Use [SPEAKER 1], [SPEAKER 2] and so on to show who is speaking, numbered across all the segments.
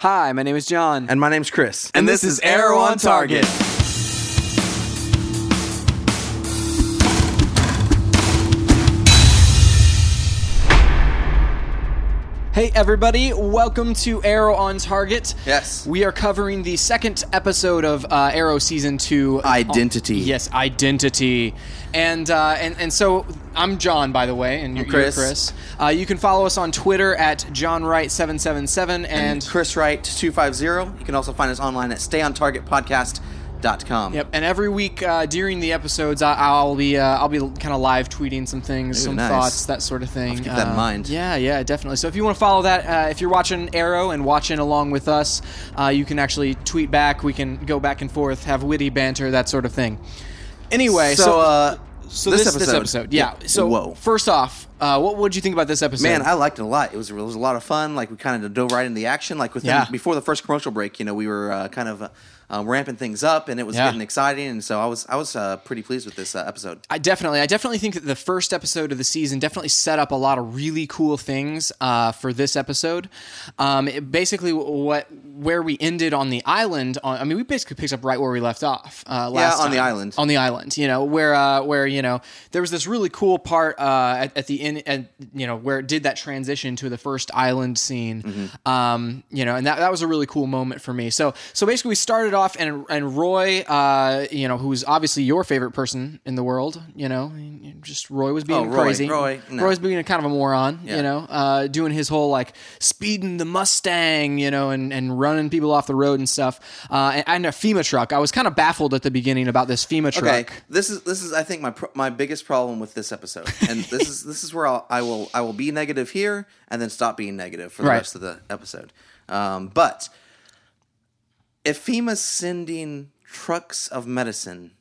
[SPEAKER 1] Hi, my name is John.
[SPEAKER 2] And my name's Chris.
[SPEAKER 1] And this is Arrow on Target. Hey, everybody, welcome to Arrow on Target.
[SPEAKER 2] Yes.
[SPEAKER 1] We are covering the second episode of uh, Arrow Season 2
[SPEAKER 2] Identity.
[SPEAKER 1] Yes, Identity. And, uh, and, and so I'm John, by the way, and you're you're
[SPEAKER 2] Chris.
[SPEAKER 1] Chris. Uh, you can follow us on Twitter at JohnWright777 and
[SPEAKER 2] Chris Wright 250. You can also find us online at stayontargetpodcast.com.
[SPEAKER 1] Yep, and every week uh, during the episodes, I, I'll be uh, I'll be kind of live tweeting some things, some
[SPEAKER 2] nice.
[SPEAKER 1] thoughts, that sort of thing.
[SPEAKER 2] keep that in
[SPEAKER 1] Uh,
[SPEAKER 2] mind.
[SPEAKER 1] Yeah, yeah, definitely. So if you want to follow that, uh, if you're watching Arrow and watching along with us, uh, you can actually tweet back. We can go back and forth, have witty banter, that sort of thing. Anyway,
[SPEAKER 2] So,
[SPEAKER 1] so,
[SPEAKER 2] uh,
[SPEAKER 1] so this, this episode, yeah. So
[SPEAKER 2] Whoa.
[SPEAKER 1] first off, uh, what would you think about this episode?
[SPEAKER 2] Man, I liked it a lot. It was, it was a lot of fun. Like we kind of dove right into the action. Like within,
[SPEAKER 1] Yeah.
[SPEAKER 2] before the first commercial break, you know, we were uh, kind of uh, uh, ramping things up, and it was
[SPEAKER 1] Yeah.
[SPEAKER 2] getting exciting. And so I was I was uh, pretty pleased with this uh, episode.
[SPEAKER 1] I definitely, I definitely think that the first episode of the season definitely set up a lot of really cool things uh, for this episode. Um, it- basically, what where we ended on the island. On, I mean, we basically picked up right where we left off. Uh, last
[SPEAKER 2] on the
[SPEAKER 1] time.
[SPEAKER 2] island.
[SPEAKER 1] On the island, you know, where uh, where you know there was this really cool part uh, at, at the end, and you know where it did that transition to the first island scene.
[SPEAKER 2] Mm-hmm.
[SPEAKER 1] Um, you know, and that, that was a really cool moment for me. So so basically, we started off, and and Roy, uh, you know, who's obviously your favorite person in the world, you know, just Roy was being
[SPEAKER 2] Oh, Roy,
[SPEAKER 1] crazy.
[SPEAKER 2] Roy, no.
[SPEAKER 1] Roy's being a kind of a moron,
[SPEAKER 2] Yeah.
[SPEAKER 1] you know, uh, doing his whole like speeding the Mustang, you know, and, and running people off the road and stuff. Uh, and, and a FEMA truck. I was kind of baffled at the beginning about this FEMA truck.
[SPEAKER 2] Okay, this is this is I think my pro- my biggest problem with this episode, and this is this is where I'll, I will I will be negative here, and then stop being negative for the
[SPEAKER 1] Right.
[SPEAKER 2] rest of the episode. Um, but if FEMA's sending trucks of medicine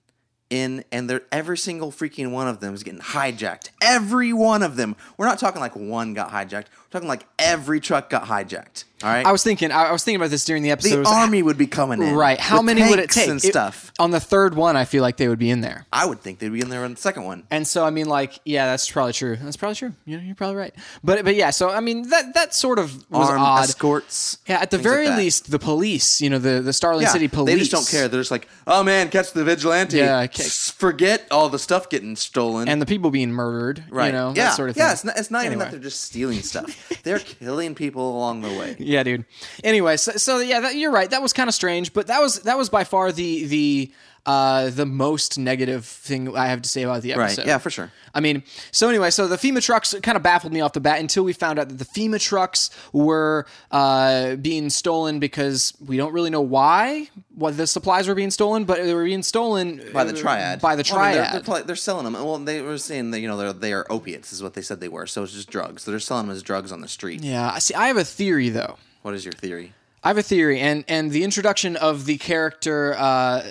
[SPEAKER 2] in, and they're every single freaking one of them is getting hijacked. Every one of them. We're not talking like one got hijacked. We're talking like every truck got hijacked. All right.
[SPEAKER 1] I was thinking, I I was thinking about this during the episode. It
[SPEAKER 2] the
[SPEAKER 1] was like,
[SPEAKER 2] army would be coming in.
[SPEAKER 1] right? How
[SPEAKER 2] with
[SPEAKER 1] many would it
[SPEAKER 2] tanks
[SPEAKER 1] take?
[SPEAKER 2] and
[SPEAKER 1] It-
[SPEAKER 2] stuff?
[SPEAKER 1] on the third one, I feel like they would be in there.
[SPEAKER 2] I would think they'd be in there on the second one.
[SPEAKER 1] And so I mean, like, yeah, that's probably true. That's probably true. You know, you're probably right. But but yeah, so I mean, that that sort of was
[SPEAKER 2] armed
[SPEAKER 1] odd.
[SPEAKER 2] escorts.
[SPEAKER 1] yeah, at the
[SPEAKER 2] things like
[SPEAKER 1] very
[SPEAKER 2] that.
[SPEAKER 1] least, the police, you know, the, the Starling
[SPEAKER 2] Yeah,
[SPEAKER 1] City police.
[SPEAKER 2] They just don't care. They're just like, oh man, catch the vigilante.
[SPEAKER 1] Yeah,
[SPEAKER 2] Yeah,
[SPEAKER 1] okay.
[SPEAKER 2] forget all the stuff getting stolen.
[SPEAKER 1] and the people being murdered,
[SPEAKER 2] right,
[SPEAKER 1] you know,
[SPEAKER 2] yeah,
[SPEAKER 1] that sort of thing.
[SPEAKER 2] yeah. It's not, it's not even that
[SPEAKER 1] Anyway.
[SPEAKER 2] they're just stealing stuff. they're killing people along the way.
[SPEAKER 1] Yeah, dude. Anyway, so, so yeah, that, you're right. That was kind of strange, but that was that was by far the the uh, the most negative thing I have to say about the
[SPEAKER 2] Right.
[SPEAKER 1] episode.
[SPEAKER 2] Yeah, for sure.
[SPEAKER 1] I mean, so anyway, so the FEMA trucks kind of baffled me off the bat until we found out that the FEMA trucks were uh, being stolen because we don't really know why what the supplies were being stolen, but they were being stolen uh,
[SPEAKER 2] By the triad.
[SPEAKER 1] By the
[SPEAKER 2] Well, I mean,
[SPEAKER 1] triad.
[SPEAKER 2] they're- they're, pla- they're selling them. Well, they were saying that you know they're they are opiates is what they said they were. So it's just drugs. They're selling them as drugs on the street.
[SPEAKER 1] yeah. I See, I have a theory though.
[SPEAKER 2] What is your theory?
[SPEAKER 1] I have a theory, and and the introduction of the character, uh,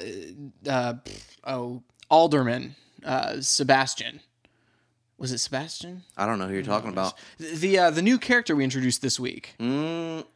[SPEAKER 1] uh, oh, Alderman uh, Sebastian, was it Sebastian?
[SPEAKER 2] I don't know who you're talking
[SPEAKER 1] Mm,
[SPEAKER 2] about.
[SPEAKER 1] The the, uh, the new character we introduced this week.
[SPEAKER 2] Mm-hmm. The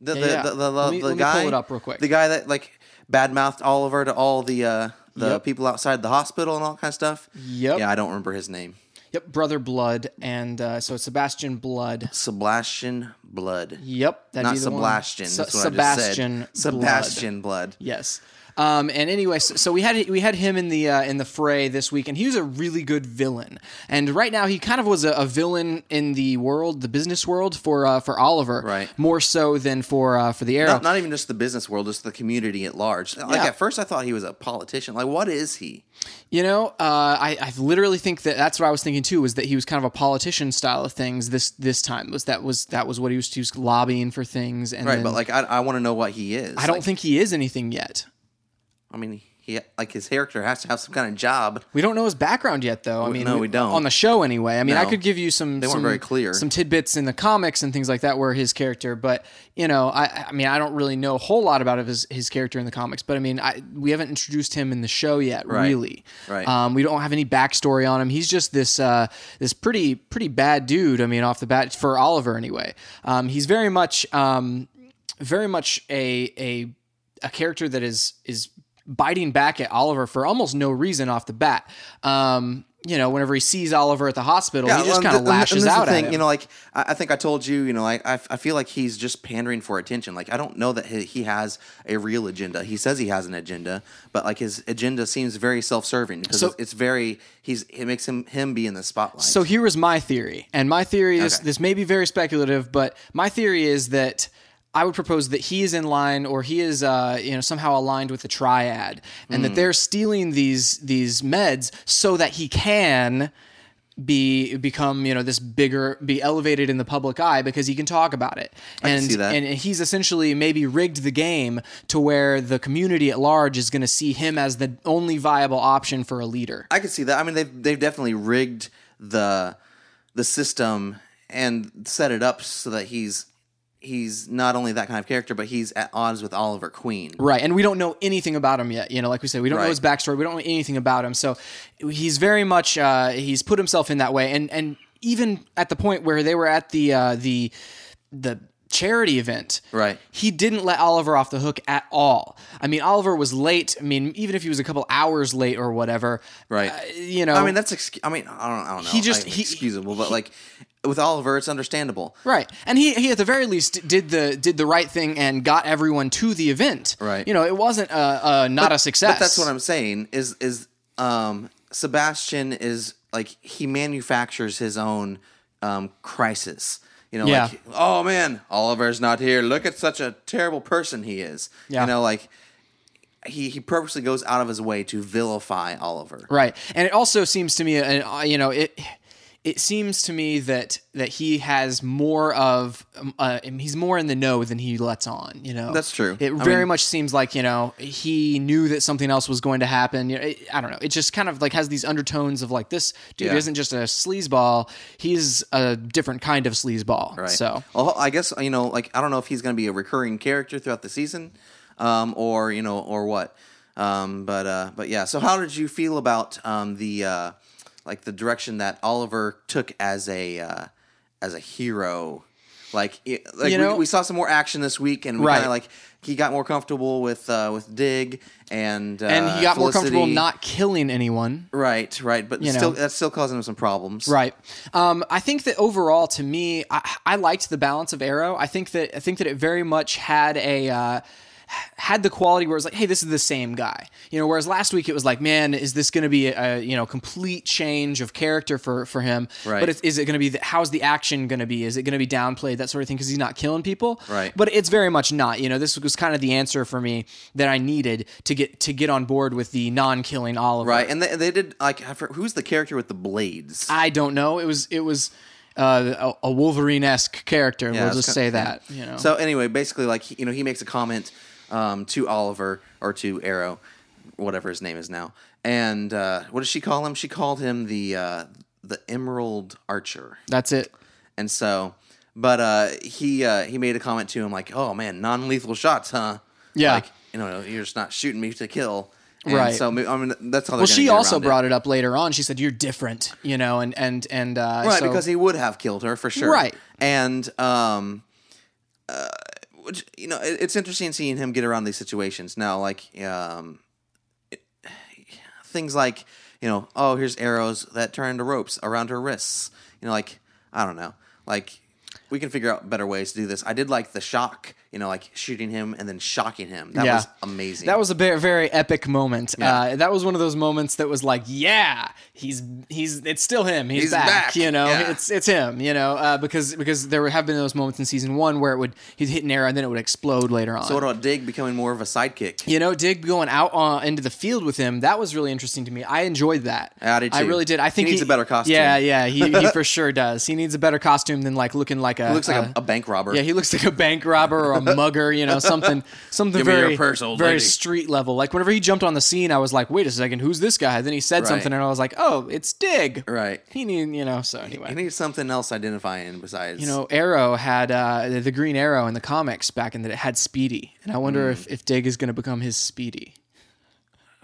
[SPEAKER 2] the,
[SPEAKER 1] Yeah, yeah.
[SPEAKER 2] the, the,
[SPEAKER 1] Let me-
[SPEAKER 2] the
[SPEAKER 1] let me
[SPEAKER 2] guy
[SPEAKER 1] pull it up real quick.
[SPEAKER 2] The guy that like badmouthed Oliver to all the uh, the
[SPEAKER 1] Yep.
[SPEAKER 2] people outside the hospital and all kind of stuff.
[SPEAKER 1] Yep.
[SPEAKER 2] Yeah, I don't remember his name.
[SPEAKER 1] Yep, brother Blood, and uh, so it's Sebastian Blood.
[SPEAKER 2] Sebastian Blood.
[SPEAKER 1] Yep, that'd
[SPEAKER 2] Not
[SPEAKER 1] be the one.
[SPEAKER 2] Sebastian.
[SPEAKER 1] Se-
[SPEAKER 2] That's what
[SPEAKER 1] Sebastian.
[SPEAKER 2] I just said.
[SPEAKER 1] Blood.
[SPEAKER 2] Sebastian Blood.
[SPEAKER 1] Yes. Um, and anyway, so, so we had we had him in the uh, in the fray this week, and he was a really good villain. And right now, he kind of was a, a villain in the world, the business world for uh, for Oliver,
[SPEAKER 2] Right.
[SPEAKER 1] More so than for uh, for the Arrow.
[SPEAKER 2] Not, not even just the business world, just the community at large. Like
[SPEAKER 1] Yeah.
[SPEAKER 2] at first, I thought he was a politician. Like, what is he?
[SPEAKER 1] You know, uh, I, I literally think that that's what I was thinking too. Was that he was kind of a politician style of things this this time? Was that was that was what he was, he was lobbying for things? And
[SPEAKER 2] Right,
[SPEAKER 1] then-
[SPEAKER 2] but like, I, I want to know what he is.
[SPEAKER 1] I don't
[SPEAKER 2] Like,
[SPEAKER 1] think he is anything yet.
[SPEAKER 2] I mean, he like his character has to have some kind of job.
[SPEAKER 1] We don't know his background yet, though. I mean,
[SPEAKER 2] no, we don't.
[SPEAKER 1] on the show anyway. I mean, I
[SPEAKER 2] No.
[SPEAKER 1] could give you some they
[SPEAKER 2] weren't
[SPEAKER 1] some,
[SPEAKER 2] very clear.
[SPEAKER 1] some tidbits in the comics and things like that where his character, but you know, I I mean, I don't really know a whole lot about his his character in the comics, but I mean, I we haven't introduced him in the show yet, really.
[SPEAKER 2] Right.
[SPEAKER 1] Um, we don't have any backstory on him. He's just this uh, this pretty pretty bad dude. I mean, off the bat for Oliver anyway. Um, he's very much um, very much a a a character that is is biting back at Oliver for almost no reason off the bat. Um, you know, whenever he sees Oliver at the hospital, he just
[SPEAKER 2] and
[SPEAKER 1] kind of
[SPEAKER 2] th- and
[SPEAKER 1] lashes
[SPEAKER 2] this is the
[SPEAKER 1] out
[SPEAKER 2] thing,
[SPEAKER 1] at him.
[SPEAKER 2] You know, like I, I think I told you, you know, like I, I feel like he's just pandering for attention. Like I don't know that he, he has a real agenda. He says he has an agenda, but like his agenda seems very self-serving because
[SPEAKER 1] So-
[SPEAKER 2] it's, it's very he's it makes him him be in the spotlight.
[SPEAKER 1] So here is my theory, and my theory is
[SPEAKER 2] Okay.
[SPEAKER 1] this may be very speculative, but my theory is that I would propose that he is in line, or he is, uh, you know, somehow aligned with the triad, and
[SPEAKER 2] Hmm.
[SPEAKER 1] that they're stealing these these meds so that he can be become you know this bigger be elevated in the public eye because he can talk about it and
[SPEAKER 2] see that.
[SPEAKER 1] and he's essentially maybe rigged the game to where the community at large is going to see him as the only viable option for a leader
[SPEAKER 2] I could see that. I mean, they've they've definitely rigged the the system and set it up so that he's he's not only that kind of character, but he's at odds with Oliver Queen.
[SPEAKER 1] Right, and we don't know anything about him yet. You know, like we said, we don't know
[SPEAKER 2] Right.
[SPEAKER 1] his backstory. We don't know anything about him. So he's very much uh, he's put himself in that way, and and even at the point where they were at the uh, the the charity event,
[SPEAKER 2] Right.
[SPEAKER 1] He didn't let Oliver off the hook at all. I mean, Oliver was late. I mean, even if he was a couple hours late or whatever,
[SPEAKER 2] Right.
[SPEAKER 1] uh, you know,
[SPEAKER 2] I mean, that's excu- I mean, I don't, I don't know.
[SPEAKER 1] He just-
[SPEAKER 2] I-
[SPEAKER 1] he-
[SPEAKER 2] excusable, but like with Oliver, it's understandable.
[SPEAKER 1] Right, and he, he at the very least did the did the right thing and got everyone to the event.
[SPEAKER 2] Right.
[SPEAKER 1] you know, it wasn't a, a not a success.
[SPEAKER 2] But that's what I'm saying is is um Sebastian is like he manufactures his own um crisis. You know,
[SPEAKER 1] Yeah.
[SPEAKER 2] like oh man, Oliver's not here. Look at such a terrible person he is.
[SPEAKER 1] Yeah.
[SPEAKER 2] You know, like he he purposely goes out of his way to vilify Oliver.
[SPEAKER 1] Right, and it also seems to me, and uh, you know, it it seems to me that that he has more of um, uh, he's more in the know than he lets on. You know,
[SPEAKER 2] That's true.
[SPEAKER 1] It
[SPEAKER 2] I
[SPEAKER 1] very
[SPEAKER 2] mean-
[SPEAKER 1] much seems like you know he knew that something else was going to happen. You know, it, I don't know. It just kind of like has these undertones of like this dude
[SPEAKER 2] Yeah.
[SPEAKER 1] isn't just a sleazeball; he's a different kind of sleazeball.
[SPEAKER 2] Right.
[SPEAKER 1] So
[SPEAKER 2] well, I guess you know, like I don't know if he's going to be a recurring character throughout the season, um, or you know, or what. Um, but uh, but yeah. So how did you feel about um, the uh, like the direction that Oliver took as a uh, as a hero? Like, it, like
[SPEAKER 1] You
[SPEAKER 2] we-
[SPEAKER 1] know-
[SPEAKER 2] we, saw some more action this week, and we
[SPEAKER 1] Right.
[SPEAKER 2] kind of like he got more comfortable with uh, with Dig and uh,
[SPEAKER 1] and he got more comfortable
[SPEAKER 2] Felicity.
[SPEAKER 1] not killing anyone.
[SPEAKER 2] right, right, but
[SPEAKER 1] know.
[SPEAKER 2] still that's still causing him some problems.
[SPEAKER 1] Right. Um, I think that overall, to me, I, I liked the balance of Arrow. I think that I think that it very much had a uh, had the quality where it's like, hey, this is the same guy. You know, whereas last week it was like, man, is this going to be a, you know complete change of character for for him?
[SPEAKER 2] Right.
[SPEAKER 1] But it's, is it going to be the, how's the action going to be? Is it going to be downplayed that sort of thing because he's not killing people?
[SPEAKER 2] Right.
[SPEAKER 1] But it's very much not. You know, this was kind of the answer for me that I needed to get to get on board with the non-killing Oliver.
[SPEAKER 2] Right, and they, they did like I for- who's the character with the blades?
[SPEAKER 1] I don't know. It was it was uh, a, a Wolverine esque character. we'll
[SPEAKER 2] it's
[SPEAKER 1] just
[SPEAKER 2] kin-
[SPEAKER 1] say
[SPEAKER 2] yeah.
[SPEAKER 1] that. You know.
[SPEAKER 2] So anyway, basically, like he- you know, he makes a comment um, to Oliver or to Arrow, whatever his name is now. And uh, what does she call him? She called him the uh, the Emerald Archer.
[SPEAKER 1] that's it.
[SPEAKER 2] And so, but uh, he uh, he made a comment to him like, "Oh man, non lethal shots, huh?
[SPEAKER 1] Yeah.
[SPEAKER 2] like you know, you're just not shooting me to kill." And
[SPEAKER 1] Right.
[SPEAKER 2] So I mean, that's how.
[SPEAKER 1] Well, she also brought it up later on. She said, "You're different," you know, and and and uh,
[SPEAKER 2] right
[SPEAKER 1] so-
[SPEAKER 2] because he would have killed her for sure
[SPEAKER 1] Right.
[SPEAKER 2] and um uh which you know it, it's interesting seeing him get around these situations now like um it, things like you know oh here's arrows that turn into ropes around her wrists you know like i don't know like we can figure out better ways to do this i did like the shock you know like shooting him and then shocking him that
[SPEAKER 1] Yeah.
[SPEAKER 2] was amazing
[SPEAKER 1] that was a very, very epic moment. Uh, that was one of those moments that was like, yeah, he's he's it's still him. He's,
[SPEAKER 2] He's
[SPEAKER 1] back,
[SPEAKER 2] back,
[SPEAKER 1] You know,
[SPEAKER 2] yeah.
[SPEAKER 1] it's it's him. You know, uh, because because there have been those moments in season one where it would he'd hit an arrow and then it would explode later on.
[SPEAKER 2] so what about dig becoming more of a sidekick
[SPEAKER 1] You know, Dig going out on, into the field with him, that was really interesting to me. I enjoyed that.
[SPEAKER 2] I did too.
[SPEAKER 1] really did. I
[SPEAKER 2] He
[SPEAKER 1] think
[SPEAKER 2] needs a better costume.
[SPEAKER 1] Yeah, yeah, he, he for sure does. He needs a better costume than like looking like a.
[SPEAKER 2] he looks like
[SPEAKER 1] uh,
[SPEAKER 2] a, a bank robber
[SPEAKER 1] yeah, he looks like a bank robber or a mugger, you know, something something
[SPEAKER 2] me your
[SPEAKER 1] very
[SPEAKER 2] purse, old
[SPEAKER 1] very
[SPEAKER 2] lady.
[SPEAKER 1] street level. Like whenever he jumped on the scene, I was like, "Wait a second, who's this guy?" Then he said
[SPEAKER 2] Right.
[SPEAKER 1] something and I was like, "Oh, it's Dig."
[SPEAKER 2] right
[SPEAKER 1] He need, you know, so anyway.
[SPEAKER 2] I need something else identifying besides
[SPEAKER 1] You know, Arrow had uh, the- the Green Arrow in the
[SPEAKER 2] Hmm.
[SPEAKER 1] comics back in that it had Speedy, and I wonder if, if Dig is going to become his Speedy.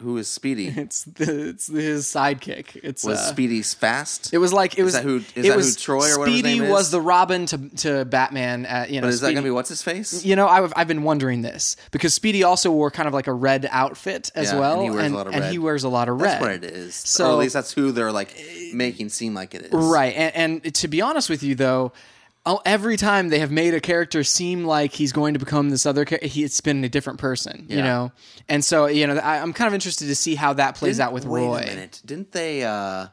[SPEAKER 2] who is Speedy?
[SPEAKER 1] It's the, it's his sidekick. It's
[SPEAKER 2] Was
[SPEAKER 1] uh,
[SPEAKER 2] Speedy's fast?
[SPEAKER 1] it was like it was
[SPEAKER 2] that who- is
[SPEAKER 1] it
[SPEAKER 2] that who
[SPEAKER 1] was
[SPEAKER 2] Troy or whatever his
[SPEAKER 1] Speedy
[SPEAKER 2] name is?
[SPEAKER 1] was the Robin to to Batman. At, you know,
[SPEAKER 2] But is that
[SPEAKER 1] Speedy-
[SPEAKER 2] gonna be what's his face?
[SPEAKER 1] You know, I've, I've been wondering this because Speedy also wore kind of like a red outfit as
[SPEAKER 2] Yeah, and
[SPEAKER 1] well,
[SPEAKER 2] he wears a lot of
[SPEAKER 1] and
[SPEAKER 2] red.
[SPEAKER 1] he wears a lot of
[SPEAKER 2] That's
[SPEAKER 1] red.
[SPEAKER 2] what it is.
[SPEAKER 1] So- uh,
[SPEAKER 2] or at least that's who they're like making seem like it is.
[SPEAKER 1] Right. And, and to be honest with you, though, oh, every time they have made a character seem like he's going to become this other character, it's been a different person, you
[SPEAKER 2] Yeah.
[SPEAKER 1] know? And so, you know, I, I'm kind of interested to see how that plays out with
[SPEAKER 2] Wait
[SPEAKER 1] Roy.
[SPEAKER 2] a minute. Didn't they? uh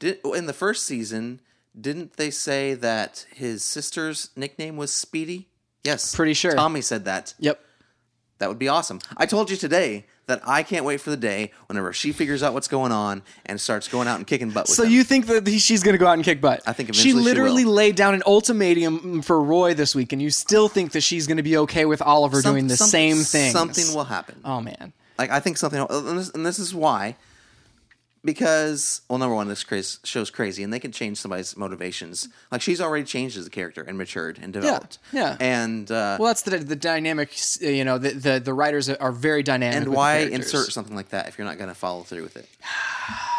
[SPEAKER 2] Did in the first season? Didn't they say that his sister's nickname was Speedy? Yes,
[SPEAKER 1] Pretty sure.
[SPEAKER 2] Tommy said that.
[SPEAKER 1] Yep.
[SPEAKER 2] That would be awesome. I told you today that I can't wait for the day whenever she figures out what's going on and starts going out and kicking butt. With
[SPEAKER 1] So
[SPEAKER 2] him.
[SPEAKER 1] you think that he- she's going to go out and kick butt? I
[SPEAKER 2] think
[SPEAKER 1] she
[SPEAKER 2] eventually she
[SPEAKER 1] literally
[SPEAKER 2] will.
[SPEAKER 1] laid down an ultimatum for Roy this week, and you still think that she's going to be okay with Oliver
[SPEAKER 2] Some-
[SPEAKER 1] doing the
[SPEAKER 2] some-
[SPEAKER 1] same thing?
[SPEAKER 2] Something will happen.
[SPEAKER 1] Oh man.
[SPEAKER 2] Like I think something, and this, and this is why, because well, number one, this crazy, show's crazy, and they can change somebody's motivations. Like she's already changed as a character and matured and developed.
[SPEAKER 1] yeah.
[SPEAKER 2] And uh,
[SPEAKER 1] Well, that's the the dynamic. uh, You know, the the, the writers are very dynamic.
[SPEAKER 2] and
[SPEAKER 1] with the
[SPEAKER 2] why
[SPEAKER 1] characters.
[SPEAKER 2] insert something like that if you're not going to follow through with it?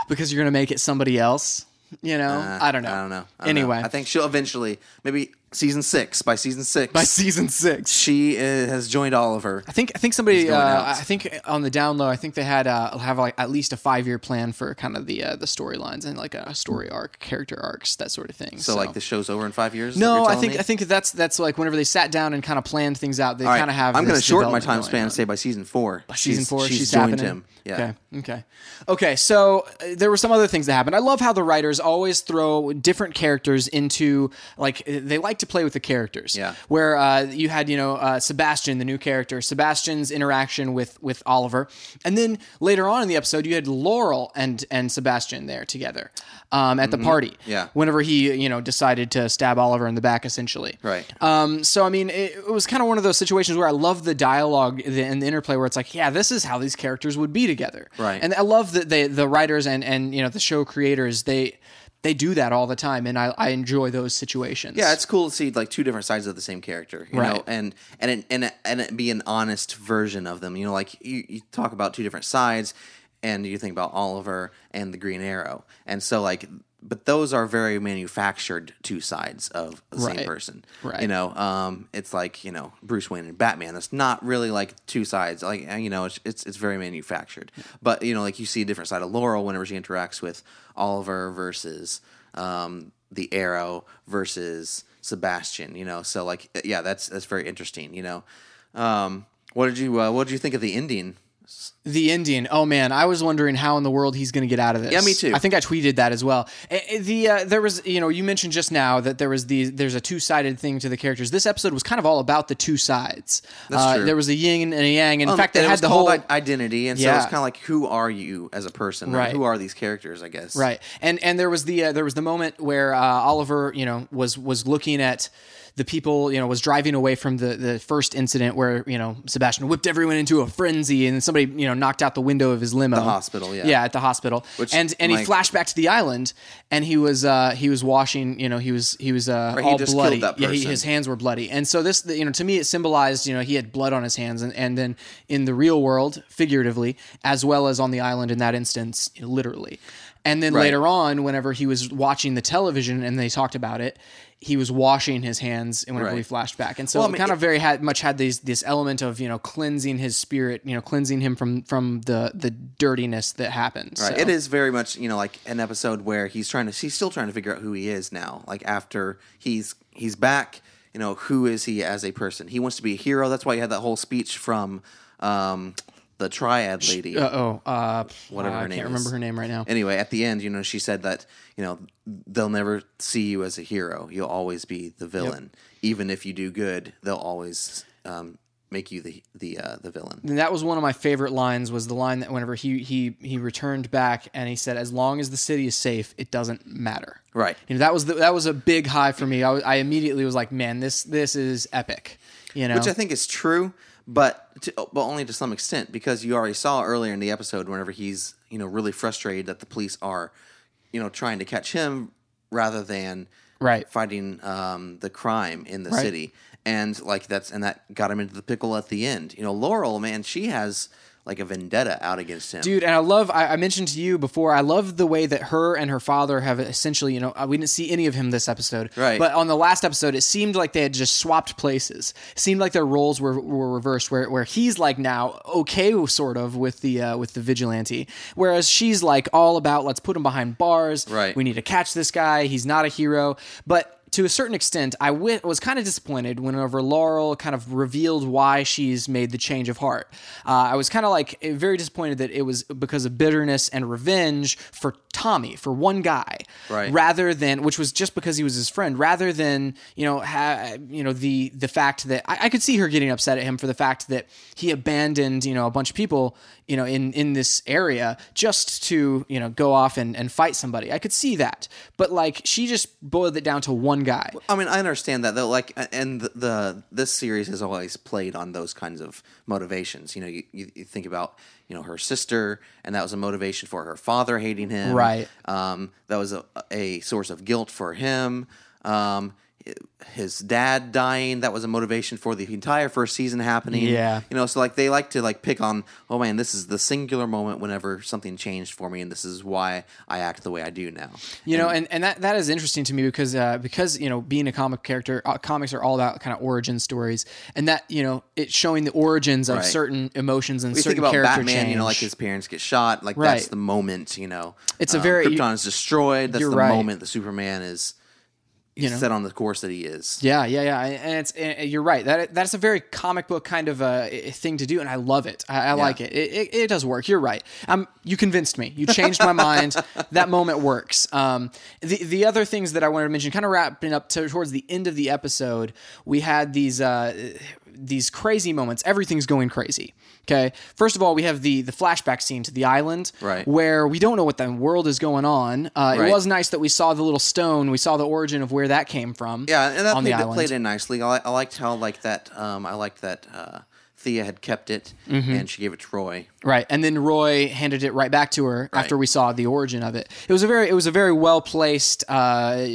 [SPEAKER 1] because you're gonna make it somebody else. You know,
[SPEAKER 2] Uh,
[SPEAKER 1] I don't know.
[SPEAKER 2] I don't know. I don't know.
[SPEAKER 1] anyway,
[SPEAKER 2] I think she'll eventually, maybe season six. By season six,
[SPEAKER 1] by season six,
[SPEAKER 2] she is, has joined Oliver.
[SPEAKER 1] I think I think somebody.
[SPEAKER 2] going
[SPEAKER 1] Uh,
[SPEAKER 2] out.
[SPEAKER 1] I think on the down low, I think they had uh, have like at least a five year plan for kind of the uh, the storylines and like a story arc, character arcs, that sort of thing.
[SPEAKER 2] So, like the show's over in five years. is what
[SPEAKER 1] No,
[SPEAKER 2] you're
[SPEAKER 1] I
[SPEAKER 2] telling
[SPEAKER 1] think
[SPEAKER 2] me?
[SPEAKER 1] I think that's that's like whenever they sat down and kind of planned things out. They
[SPEAKER 2] All right,
[SPEAKER 1] kind of have.
[SPEAKER 2] I'm
[SPEAKER 1] going
[SPEAKER 2] gonna
[SPEAKER 1] to
[SPEAKER 2] shorten my time span and say by season four.
[SPEAKER 1] season
[SPEAKER 2] she's,
[SPEAKER 1] four. She's,
[SPEAKER 2] joined
[SPEAKER 1] happening.
[SPEAKER 2] him. Yeah.
[SPEAKER 1] Okay. Okay. Okay. So uh, there were some other things that happened. I love how the writers always throw different characters into like uh, they like to play with the characters.
[SPEAKER 2] Yeah.
[SPEAKER 1] Where uh, you had you know uh, Sebastian, the new character, Sebastian's interaction with with Oliver, and then later on in the episode you had Laurel and and Sebastian there together um, at the party.
[SPEAKER 2] Mm-hmm. Yeah.
[SPEAKER 1] Whenever he you know decided to stab Oliver in the back, essentially.
[SPEAKER 2] Right.
[SPEAKER 1] Um, so I mean, it, it was kind of one of those situations where I love the dialogue the- and the interplay where it's like, yeah, this is how these characters would be together.
[SPEAKER 2] Right.
[SPEAKER 1] And I love that they, the writers and and you know the show creators they they do that all the time, and I, I enjoy those situations.
[SPEAKER 2] Yeah, it's cool to see like two different sides of the same character, you
[SPEAKER 1] Right.
[SPEAKER 2] know, and and it, and it, and it be an honest version of them. You know, like you, you talk about two different sides, and you think about Oliver and the Green Arrow, and so like, but those are very manufactured two sides of the
[SPEAKER 1] Right.
[SPEAKER 2] same person.
[SPEAKER 1] Right.
[SPEAKER 2] You know, um, it's like you know Bruce Wayne and Batman. It's not really like two sides. Like uh, you know, it's it's, it's very manufactured. But you know, like you see a different side of Laurel whenever she interacts with Oliver versus um, the Arrow versus Sebastian. You know, so like uh, yeah, that's that's very interesting. You know, um, what did you uh, what did you think of the ending?
[SPEAKER 1] The Indian. Oh man, I was wondering how in the world he's going to get out of this.
[SPEAKER 2] Yeah, me too.
[SPEAKER 1] I think I tweeted that as well. Eh, eh, The uh, there was you know you mentioned just now that there was the there's a two sided thing to the characters. This episode was kind of all about the two sides. That's uh,
[SPEAKER 2] true. Um,
[SPEAKER 1] There was a yin and a yang. In fact, they
[SPEAKER 2] And it
[SPEAKER 1] had
[SPEAKER 2] was
[SPEAKER 1] the
[SPEAKER 2] called
[SPEAKER 1] whole
[SPEAKER 2] i- identity, and so
[SPEAKER 1] Yeah.
[SPEAKER 2] it's kind of like who are you as a person? or
[SPEAKER 1] Right.
[SPEAKER 2] Who are these characters? I guess.
[SPEAKER 1] Right, and and there was the uh, there was the moment where uh, Oliver, you know, was was looking at the people, you know, was driving away from the the first incident where you know Sebastian whipped everyone into a frenzy, and somebody you know knocked out the window of his limo, the
[SPEAKER 2] hospital, yeah.
[SPEAKER 1] yeah, at the hospital, and and he
[SPEAKER 2] like-
[SPEAKER 1] flashed back to the island, and he was uh he was washing, you know, he was he was uh
[SPEAKER 2] he
[SPEAKER 1] all
[SPEAKER 2] just
[SPEAKER 1] bloody,
[SPEAKER 2] killed that
[SPEAKER 1] yeah, he-
[SPEAKER 2] person.
[SPEAKER 1] his hands were bloody, and so this you know to me it symbolized you know he had blood on his hands, and and then in the real world figuratively as well as on the island in that instance literally. And then later on, whenever he was watching the television and they talked about it, he was washing his hands and whenever we
[SPEAKER 2] Right.
[SPEAKER 1] flashed back. And so
[SPEAKER 2] Well, I
[SPEAKER 1] it
[SPEAKER 2] mean,
[SPEAKER 1] kind
[SPEAKER 2] it-
[SPEAKER 1] of very had, much had these this element of, you know, cleansing his spirit, you know, cleansing him from from the the dirtiness that happens.
[SPEAKER 2] Right. It is very much, you know, like an episode where he's trying to he's still trying to figure out who he is now. Like after he's he's back, you know, who is he as a person? He wants to be a hero. That's why he had that whole speech from um the triad lady.
[SPEAKER 1] Uh oh. Uh
[SPEAKER 2] Whatever
[SPEAKER 1] I
[SPEAKER 2] her name
[SPEAKER 1] can't
[SPEAKER 2] is.
[SPEAKER 1] remember her name right now.
[SPEAKER 2] Anyway, at the end, you know, she said that, you know, they'll never see you as a hero. You'll always be the villain. Even if you do good, they'll always um make you the the uh, the villain.
[SPEAKER 1] And that was one of my favorite lines was the line that whenever he he he returned back and he said as long as the city is safe, it doesn't matter.
[SPEAKER 2] Right.
[SPEAKER 1] You know, that was the, that was a big high for me. I, was- I immediately was like, man, this this is epic. You know,
[SPEAKER 2] which I think is true, but to, but only to some extent because you already saw earlier in the episode whenever he's you know really frustrated that the police are you know trying to catch him rather than
[SPEAKER 1] right?
[SPEAKER 2] fighting um, the crime in the city, and like that's and that got him into the pickle at the end. You know, Laurel, man, she has like a vendetta out against him.
[SPEAKER 1] dude and i love I, I mentioned to you before i love the way that her and her father have essentially you know uh, we didn't see any of him this episode
[SPEAKER 2] Right.
[SPEAKER 1] but on the last episode it seemed like they had just swapped places it seemed like their roles were, were reversed where, where he's like now okay sort of with the uh, with the vigilante whereas she's like all about let's put him behind bars
[SPEAKER 2] Right.
[SPEAKER 1] we need to catch this guy he's not a hero but to a certain extent, I went, was kind of disappointed whenever Laurel kind of revealed why she's made the change of heart. Uh, I was kind of like eh, very disappointed that it was because of bitterness and revenge for Tommy, for one guy,
[SPEAKER 2] Right.
[SPEAKER 1] rather than which was just because he was his friend, rather than you know ha, you know the the fact that I, I could see her getting upset at him for the fact that he abandoned you know a bunch of people you know in in this area just to you know go off and and fight somebody. I could see that, but like she just boiled it down to one guy.
[SPEAKER 2] I mean, I understand that though. Like, and the, the this series has always played on those kinds of motivations. You know, you, you, you think about you know her sister, and that was a motivation for her father hating him.
[SPEAKER 1] Right.
[SPEAKER 2] Um, that was a, a source of guilt for him. Um, his dad dying that was a motivation for the entire first season happening.
[SPEAKER 1] Yeah.
[SPEAKER 2] You know, so like they like to like pick on, oh man, this is the singular moment whenever something changed for me and this is why I act the way I do now.
[SPEAKER 1] You know, and, and that, that is interesting to me because uh, because you know being a comic character, uh, comics are all about kind of origin stories, and that you know it's showing the origins of
[SPEAKER 2] Right.
[SPEAKER 1] certain emotions and
[SPEAKER 2] you
[SPEAKER 1] certain
[SPEAKER 2] think about
[SPEAKER 1] character
[SPEAKER 2] Batman, you know, like
[SPEAKER 1] change.
[SPEAKER 2] his parents get shot, like that's
[SPEAKER 1] Right.
[SPEAKER 2] the moment, you know. Uh,
[SPEAKER 1] It's a very-
[SPEAKER 2] Krypton is destroyed. That's
[SPEAKER 1] you're
[SPEAKER 2] the
[SPEAKER 1] right.
[SPEAKER 2] moment the Superman is you
[SPEAKER 1] know.
[SPEAKER 2] set on the course that he is.
[SPEAKER 1] Yeah, yeah, yeah, and and it's and you're right. That that's a very comic book kind of uh, thing to do, and I love it. I, I like it. It, it. it does work. You're right. Um, you convinced me. You changed my mind. That moment works. Um, the the other things that I wanted to mention, kind of wrapping up to, towards the end of the episode, we had these uh, these crazy moments. Everything's going crazy. Okay, first of all, we have the the flashback scene to the island,
[SPEAKER 2] Right.
[SPEAKER 1] Where we don't know what the world is going on. Uh,
[SPEAKER 2] Right.
[SPEAKER 1] It was nice that we saw the little stone. We saw the origin of where that came from.
[SPEAKER 2] Yeah, and that
[SPEAKER 1] on
[SPEAKER 2] played,
[SPEAKER 1] the
[SPEAKER 2] that
[SPEAKER 1] island.
[SPEAKER 2] played in nicely. I, li- I liked how like that. Um, I liked that uh, Thea had kept it
[SPEAKER 1] Mm-hmm.
[SPEAKER 2] and she gave it to Roy.
[SPEAKER 1] Right, and then Roy handed it right back to her after we saw the origin of it. It was a very, it was a very well placed. Uh,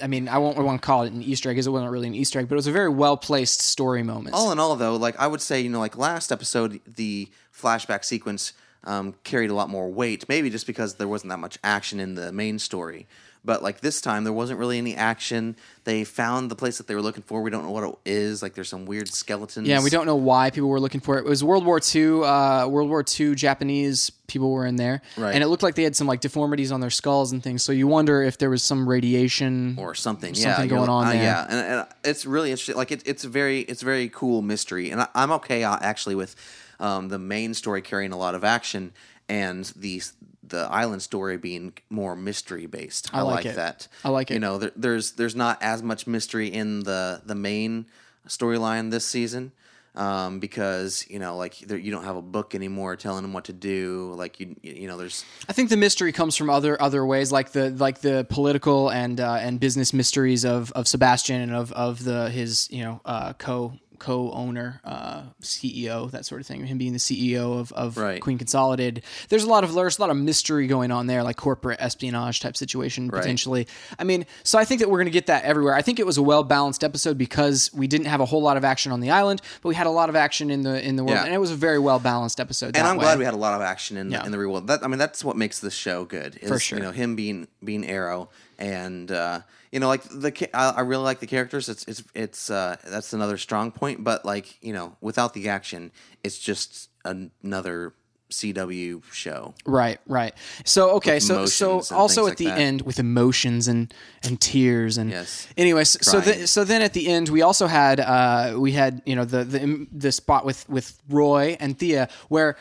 [SPEAKER 1] I mean, I won't, I won't call it an Easter egg because it wasn't really an Easter egg, but it was a very well placed story moment.
[SPEAKER 2] All in all, though, like I would say, you know, like last episode, the flashback sequence um, carried a lot more weight. Maybe just because there wasn't that much action in the main story. But like this time, there wasn't really any action. They found the place that they were looking for. We don't know what it is. Like there's some weird skeletons.
[SPEAKER 1] yeah, we don't know why people were looking for it. It was World War II. Uh, World War II Japanese people were in there,
[SPEAKER 2] Right.
[SPEAKER 1] and it looked like they had some like deformities on their skulls and things. So you wonder if there was some radiation.
[SPEAKER 2] or something. yeah,
[SPEAKER 1] Mm-hmm. something
[SPEAKER 2] you're
[SPEAKER 1] going on
[SPEAKER 2] like,
[SPEAKER 1] there.
[SPEAKER 2] Yeah, and, and it's really interesting. Like it, it's very, it's very cool mystery, and I, I'm okay uh, actually with um, the main story carrying a lot of action and the the island story being more mystery based. I,
[SPEAKER 1] like it.
[SPEAKER 2] that.
[SPEAKER 1] I like it.
[SPEAKER 2] You know, there, there's there's not as much mystery in the the main storyline this season. Um, because you know, like there, you don't have a book anymore telling them what to do. Like you, you know, there's
[SPEAKER 1] I think the mystery comes from other other ways, like the like the political and uh, and business mysteries of of Sebastian and of of the his you know uh, co co owner uh, CEO that sort of thing. Him being the CEO of of
[SPEAKER 2] Right.
[SPEAKER 1] Queen Consolidated. There's a lot of there's a lot of mystery going on there, like corporate espionage type situation potentially. I mean, so I think that we're gonna get that everywhere. I think it was a well balanced episode because we didn't have a whole lot of action on the island, but we had a lot of action in the in the world,
[SPEAKER 2] Yeah.
[SPEAKER 1] and it was a very well balanced episode.
[SPEAKER 2] and
[SPEAKER 1] that
[SPEAKER 2] I'm
[SPEAKER 1] way.
[SPEAKER 2] glad we had a lot of action in
[SPEAKER 1] Yeah.
[SPEAKER 2] the, in the real world. That I mean, that's what makes this show good. Is,
[SPEAKER 1] For sure.
[SPEAKER 2] you know him being being Arrow, and uh, you know like the ca- I, I really like the characters. It's it's it's uh, that's another strong point. But like you know, without the action, it's just another CW show.
[SPEAKER 1] Right, right. So okay, so so
[SPEAKER 2] emotions and
[SPEAKER 1] also
[SPEAKER 2] things
[SPEAKER 1] at
[SPEAKER 2] like
[SPEAKER 1] the
[SPEAKER 2] that.
[SPEAKER 1] end with emotions and and tears and
[SPEAKER 2] Yes.
[SPEAKER 1] Anyway, so so,
[SPEAKER 2] Crying.
[SPEAKER 1] th- so then at the end we also had uh we had you know the the the spot with with Roy and Thea where.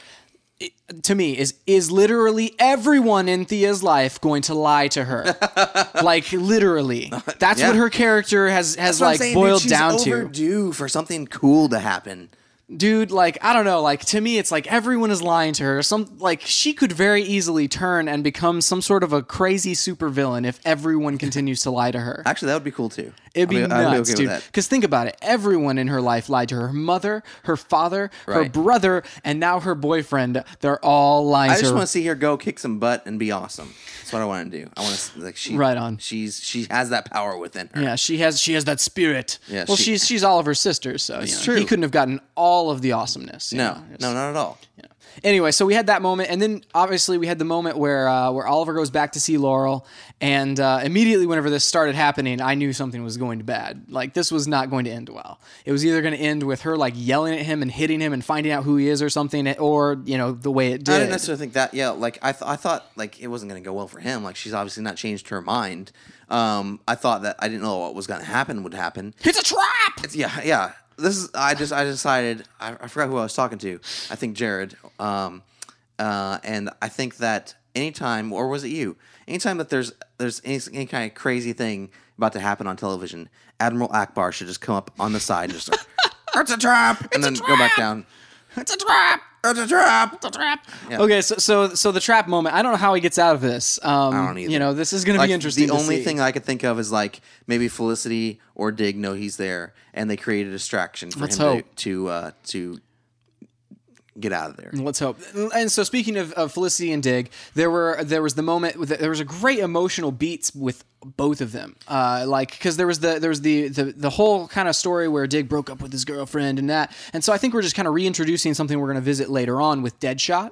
[SPEAKER 1] It, to me is is literally everyone in Thea's life going to lie to her like literally that's
[SPEAKER 2] Uh, Yeah.
[SPEAKER 1] what her character has has like boiled down to
[SPEAKER 2] overdue for something cool to happen.
[SPEAKER 1] dude like i don't know like to me it's like everyone is lying to her some like she could very easily turn and become some sort of a crazy supervillain if everyone continues to lie to her
[SPEAKER 2] Actually, that would be cool too.
[SPEAKER 1] it'd be
[SPEAKER 2] I'd I'd
[SPEAKER 1] nuts
[SPEAKER 2] okay with
[SPEAKER 1] dude
[SPEAKER 2] that.
[SPEAKER 1] because think about it everyone in her life lied to her her mother her father her
[SPEAKER 2] Right.
[SPEAKER 1] brother and now her boyfriend they're all lying
[SPEAKER 2] I
[SPEAKER 1] to
[SPEAKER 2] just
[SPEAKER 1] her
[SPEAKER 2] want to see her go kick some butt and be awesome. That's what I want to do. I want to like she
[SPEAKER 1] Right on.
[SPEAKER 2] She's she has that power within her.
[SPEAKER 1] yeah, she has she has that spirit.
[SPEAKER 2] Yeah,
[SPEAKER 1] well,
[SPEAKER 2] she-
[SPEAKER 1] she's she's all of her sisters, so you know,
[SPEAKER 2] true.
[SPEAKER 1] he couldn't have gotten all of the awesomeness. you
[SPEAKER 2] No,
[SPEAKER 1] know, it's-
[SPEAKER 2] no, not at all.
[SPEAKER 1] Anyway, so we had that moment, and then obviously we had the moment where uh, where Oliver goes back to see Laurel, and uh, immediately whenever this started happening, I knew something was going to bad. Like this was not going to end well. It was either going to end with her like yelling at him and hitting him and finding out who he is or something, or you know the way it
[SPEAKER 2] I
[SPEAKER 1] did.
[SPEAKER 2] didn't necessarily think that. Yeah, like I, th- I thought like it wasn't gonna go well for him. Like she's obviously not changed her mind. Um, I thought that I didn't know what was gonna happen would happen.
[SPEAKER 1] it's a trap.
[SPEAKER 2] It's- yeah, yeah. This is I just I decided I, I forgot who I was talking to. I think Jared. Um, uh, and I think that anytime or was it you? Anytime that there's there's any, any kind of crazy thing about to happen on television, Admiral Akbar should just come up on the side and just start, it's a trap, and then go back down.
[SPEAKER 1] It's a trap.
[SPEAKER 2] It's a trap.
[SPEAKER 1] The trap. Okay, so so so the trap moment. I don't know how he gets out of this. Um,
[SPEAKER 2] don't either.
[SPEAKER 1] You know, this is going to
[SPEAKER 2] Like,
[SPEAKER 1] be interesting.
[SPEAKER 2] The
[SPEAKER 1] to
[SPEAKER 2] only
[SPEAKER 1] see.
[SPEAKER 2] thing I could think of is like maybe Felicity or Dig know he's there, and they create a distraction for
[SPEAKER 1] Let's
[SPEAKER 2] him
[SPEAKER 1] hope.
[SPEAKER 2] to to, uh, to get out of there.
[SPEAKER 1] Let's hope. And so, speaking of, of Felicity and Dig, there were there was the moment with- there was a great emotional beats with both of them. Uh, like because there was the there was the the, the whole kind of story where Dig broke up with his girlfriend and that. And so I think we're just kind of reintroducing something we're going to visit later on with Deadshot.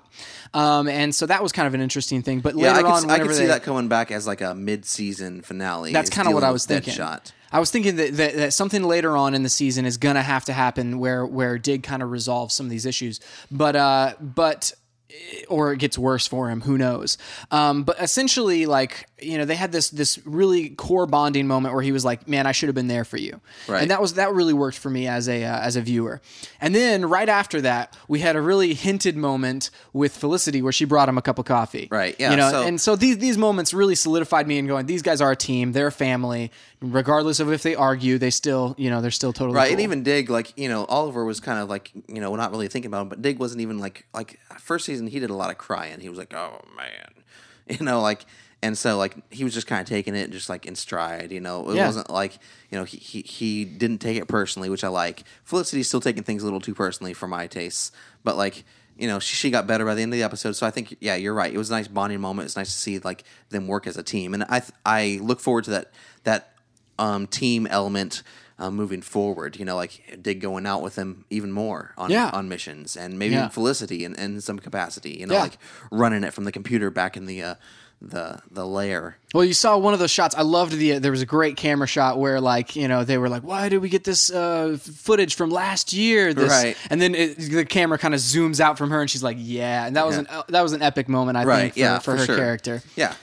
[SPEAKER 1] Um, and so that was kind of an interesting thing. But
[SPEAKER 2] Yeah,
[SPEAKER 1] later
[SPEAKER 2] I could,
[SPEAKER 1] on,
[SPEAKER 2] s- I
[SPEAKER 1] whenever
[SPEAKER 2] could see
[SPEAKER 1] they,
[SPEAKER 2] that coming back as like a mid-season finale.
[SPEAKER 1] That's
[SPEAKER 2] is
[SPEAKER 1] kind of what
[SPEAKER 2] dealing
[SPEAKER 1] I
[SPEAKER 2] with
[SPEAKER 1] was thinking.
[SPEAKER 2] Deadshot.
[SPEAKER 1] I was thinking that, that, that something later on in the season is gonna have to happen where where Dig kind of resolves some of these issues, but uh, but eh, or it gets worse for him. Who knows? Um, but essentially, like you know, they had this this really core bonding moment where he was like, "Man, I should have been there for you,"
[SPEAKER 2] Right.
[SPEAKER 1] and that was that really worked for me as a uh, as a viewer. And then right after that, we had a really hinted moment with Felicity where she brought him a cup of coffee.
[SPEAKER 2] Right, yeah,
[SPEAKER 1] You know,
[SPEAKER 2] so-
[SPEAKER 1] and and so these these moments really solidified me in going these guys are a team they're a family regardless of if they argue they still you know they're still totally
[SPEAKER 2] Right,
[SPEAKER 1] cool.
[SPEAKER 2] and even Dig, like you know, Oliver was kind of like you know not really thinking about him, but Dig wasn't even like like first season he did a lot of crying. He was like, oh man, you know, like and so like he was just kind of taking it just like in stride. You know, it
[SPEAKER 1] Yeah.
[SPEAKER 2] wasn't like you know he, he he didn't take it personally, which I like. Felicity's still taking things a little too personally for my tastes, but like. You know, she, she got better by the end of the episode. So I think, yeah, you're right. It was a nice bonding moment. It's nice to see like them work as a team, and I th- I look forward to that that um, team element uh, moving forward. You know, like Dig going out with him even more on
[SPEAKER 1] Yeah.
[SPEAKER 2] on missions, and maybe
[SPEAKER 1] Yeah.
[SPEAKER 2] even Felicity in, in some capacity. You know,
[SPEAKER 1] Yeah.
[SPEAKER 2] like running it from the computer back in the uh, the the lair.
[SPEAKER 1] well you saw one of those shots i loved the there was a great camera shot where like you know they were like why did we get this uh, f- footage from last year this
[SPEAKER 2] Right.
[SPEAKER 1] and then it, the camera kind of zooms out from her and she's like yeah and that was an that was an epic moment i think
[SPEAKER 2] Right,
[SPEAKER 1] for,
[SPEAKER 2] yeah,
[SPEAKER 1] for,
[SPEAKER 2] for
[SPEAKER 1] her
[SPEAKER 2] sure.
[SPEAKER 1] character
[SPEAKER 2] Yeah,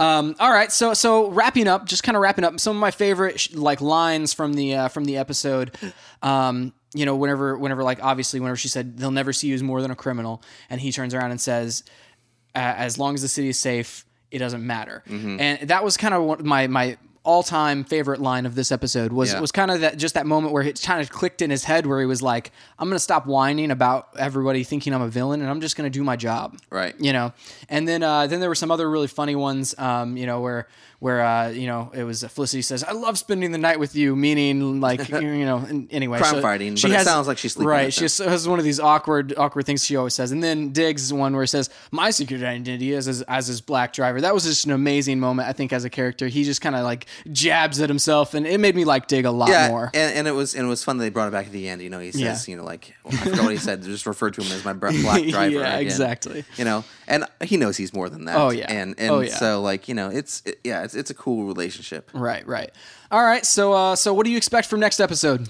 [SPEAKER 1] Um, all right, so so wrapping up, just kind of wrapping up some of my favorite sh- like lines from the uh, from the episode. Um, you know, whenever whenever like obviously whenever she said they'll never see you as more than a criminal, and he turns around and says, "A- as long as the city is safe, it doesn't matter. And that was kind of my my all time favorite line of this episode was
[SPEAKER 2] Yeah.
[SPEAKER 1] was kind of that just that moment where it kind of clicked in his head where he was like, I'm gonna stop whining about everybody thinking I'm a villain, and I'm just gonna do my job
[SPEAKER 2] Right.
[SPEAKER 1] you know and then uh, then there were some other really funny ones um, you know where where uh, you know it was felicity says i love spending the night with you meaning like you know and anyway
[SPEAKER 2] Crime
[SPEAKER 1] so
[SPEAKER 2] fighting, but it sounds like she's sleeping
[SPEAKER 1] right
[SPEAKER 2] with
[SPEAKER 1] she
[SPEAKER 2] him.
[SPEAKER 1] has, has one of these awkward awkward things she always says and then diggs is one where it says my secret identity is as, as his black driver that was just an amazing moment i think as a character he just kind of like jabs at himself and it made me like dig a lot
[SPEAKER 2] yeah,
[SPEAKER 1] more
[SPEAKER 2] and, and it was and it was fun that they brought it back at the end. You know, he says,
[SPEAKER 1] Yeah.
[SPEAKER 2] you know, like I forgot what he said. They just referred to him as my br- black driver.
[SPEAKER 1] yeah
[SPEAKER 2] again.
[SPEAKER 1] exactly
[SPEAKER 2] You know, and he knows he's more than that.
[SPEAKER 1] Oh, yeah.
[SPEAKER 2] and and
[SPEAKER 1] Oh, yeah.
[SPEAKER 2] so like you know, it's it- yeah, it's it's a cool relationship.
[SPEAKER 1] right right all right so uh, so what do you expect from next episode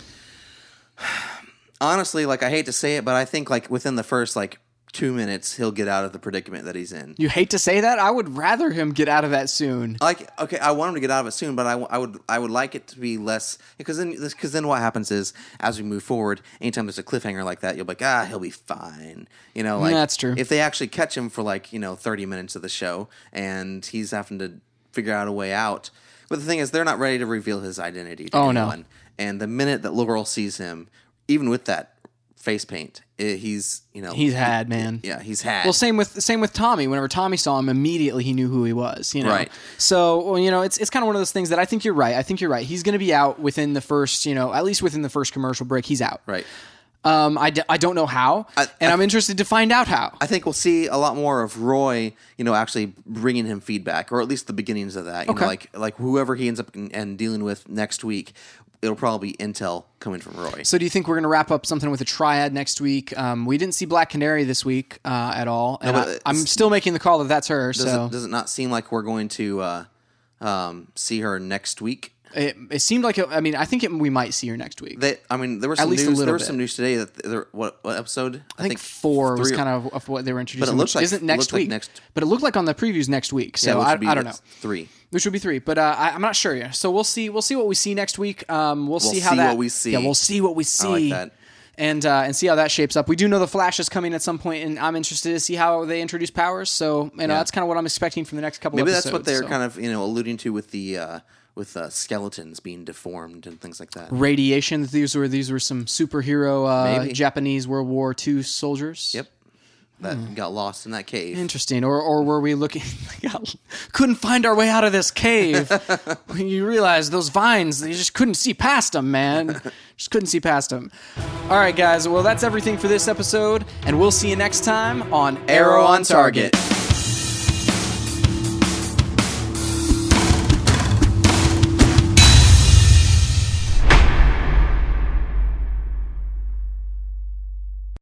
[SPEAKER 2] honestly, like I hate to say it, but I think like within the first like two minutes, he'll get out of the predicament that he's in.
[SPEAKER 1] You hate to say that. I would rather him get out of that soon.
[SPEAKER 2] Like, okay, I want him to get out of it soon, but I, w- I would I would like it to be less because then because then what happens is as we move forward, anytime there's a cliffhanger like that, you'll be like, ah, he'll be fine. You know, like
[SPEAKER 1] that's true.
[SPEAKER 2] If they actually catch him for like you know thirty minutes of the show and he's having to figure out a way out, but the thing is, they're not ready to reveal his identity. To
[SPEAKER 1] Oh, no.
[SPEAKER 2] anyone. And the minute that Laurel sees him, even with that face paint, eh, he's you know
[SPEAKER 1] He's had, man.
[SPEAKER 2] Yeah, he's had.
[SPEAKER 1] Well, same with same with Tommy. Whenever Tommy saw him, immediately he knew who he was. You know,
[SPEAKER 2] Right.
[SPEAKER 1] so well, you know it's it's kind of one of those things that I think you're right. I think you're right. He's going to be out within the first, you know, at least within the first commercial break. He's out.
[SPEAKER 2] right.
[SPEAKER 1] Um, I, d- I don't know how,
[SPEAKER 2] I-
[SPEAKER 1] and I'm interested to find out how.
[SPEAKER 2] I think we'll see a lot more of Roy, you know, actually bringing him feedback, or at least the beginnings of that. You
[SPEAKER 1] Okay.
[SPEAKER 2] know, like like whoever he ends up in, and dealing with next week, it'll probably be intel coming from Roy.
[SPEAKER 1] So, do you think we're going to wrap up something with a triad next week? Um, we didn't see Black Canary this week uh, at all, and
[SPEAKER 2] but
[SPEAKER 1] I,
[SPEAKER 2] it's-
[SPEAKER 1] I'm still making the call that that's her.
[SPEAKER 2] Does,
[SPEAKER 1] So
[SPEAKER 2] it, does it not seem like we're going to uh, um, see her next week?
[SPEAKER 1] it, it seemed like it, I mean I think it, we might see her next week.
[SPEAKER 2] They, I mean, there was some
[SPEAKER 1] least a
[SPEAKER 2] news.
[SPEAKER 1] little
[SPEAKER 2] There was
[SPEAKER 1] bit.
[SPEAKER 2] some news today that there, what, what episode?
[SPEAKER 1] I think, four was kind of of what they were introducing,
[SPEAKER 2] looks
[SPEAKER 1] which
[SPEAKER 2] like-
[SPEAKER 1] isn't next
[SPEAKER 2] looks like
[SPEAKER 1] week.
[SPEAKER 2] next-
[SPEAKER 1] But it looked like on the previews next week, so I, I don't know.
[SPEAKER 2] Three.
[SPEAKER 1] Which would be three, but uh, I, I'm not sure yet. So we'll see. We'll see what we see next week. Um, we'll, see how
[SPEAKER 2] see
[SPEAKER 1] that.
[SPEAKER 2] what we see.
[SPEAKER 1] Yeah, we'll see what we see.
[SPEAKER 2] that.
[SPEAKER 1] And uh, and see how that shapes up. We do know the Flash is coming at some point, and I'm interested to see how they introduce powers. So you know that's kind of what I'm expecting from the next couple.
[SPEAKER 2] Maybe
[SPEAKER 1] episodes,
[SPEAKER 2] that's what they're
[SPEAKER 1] so.
[SPEAKER 2] kind of you know alluding to with the uh, with uh, skeletons being deformed and things like that.
[SPEAKER 1] radiation. These were these were some superhero uh,
[SPEAKER 2] Maybe.
[SPEAKER 1] Japanese World War II soldiers.
[SPEAKER 2] Yep, that
[SPEAKER 1] Hmm.
[SPEAKER 2] got lost in that cave.
[SPEAKER 1] Interesting. Or or were we looking? God, couldn't find our way out of this cave. when you realize those vines, you just couldn't see past them, man. Just couldn't see past them. All right, guys. Well, that's everything for this episode, and we'll see you next time on Arrow on Target.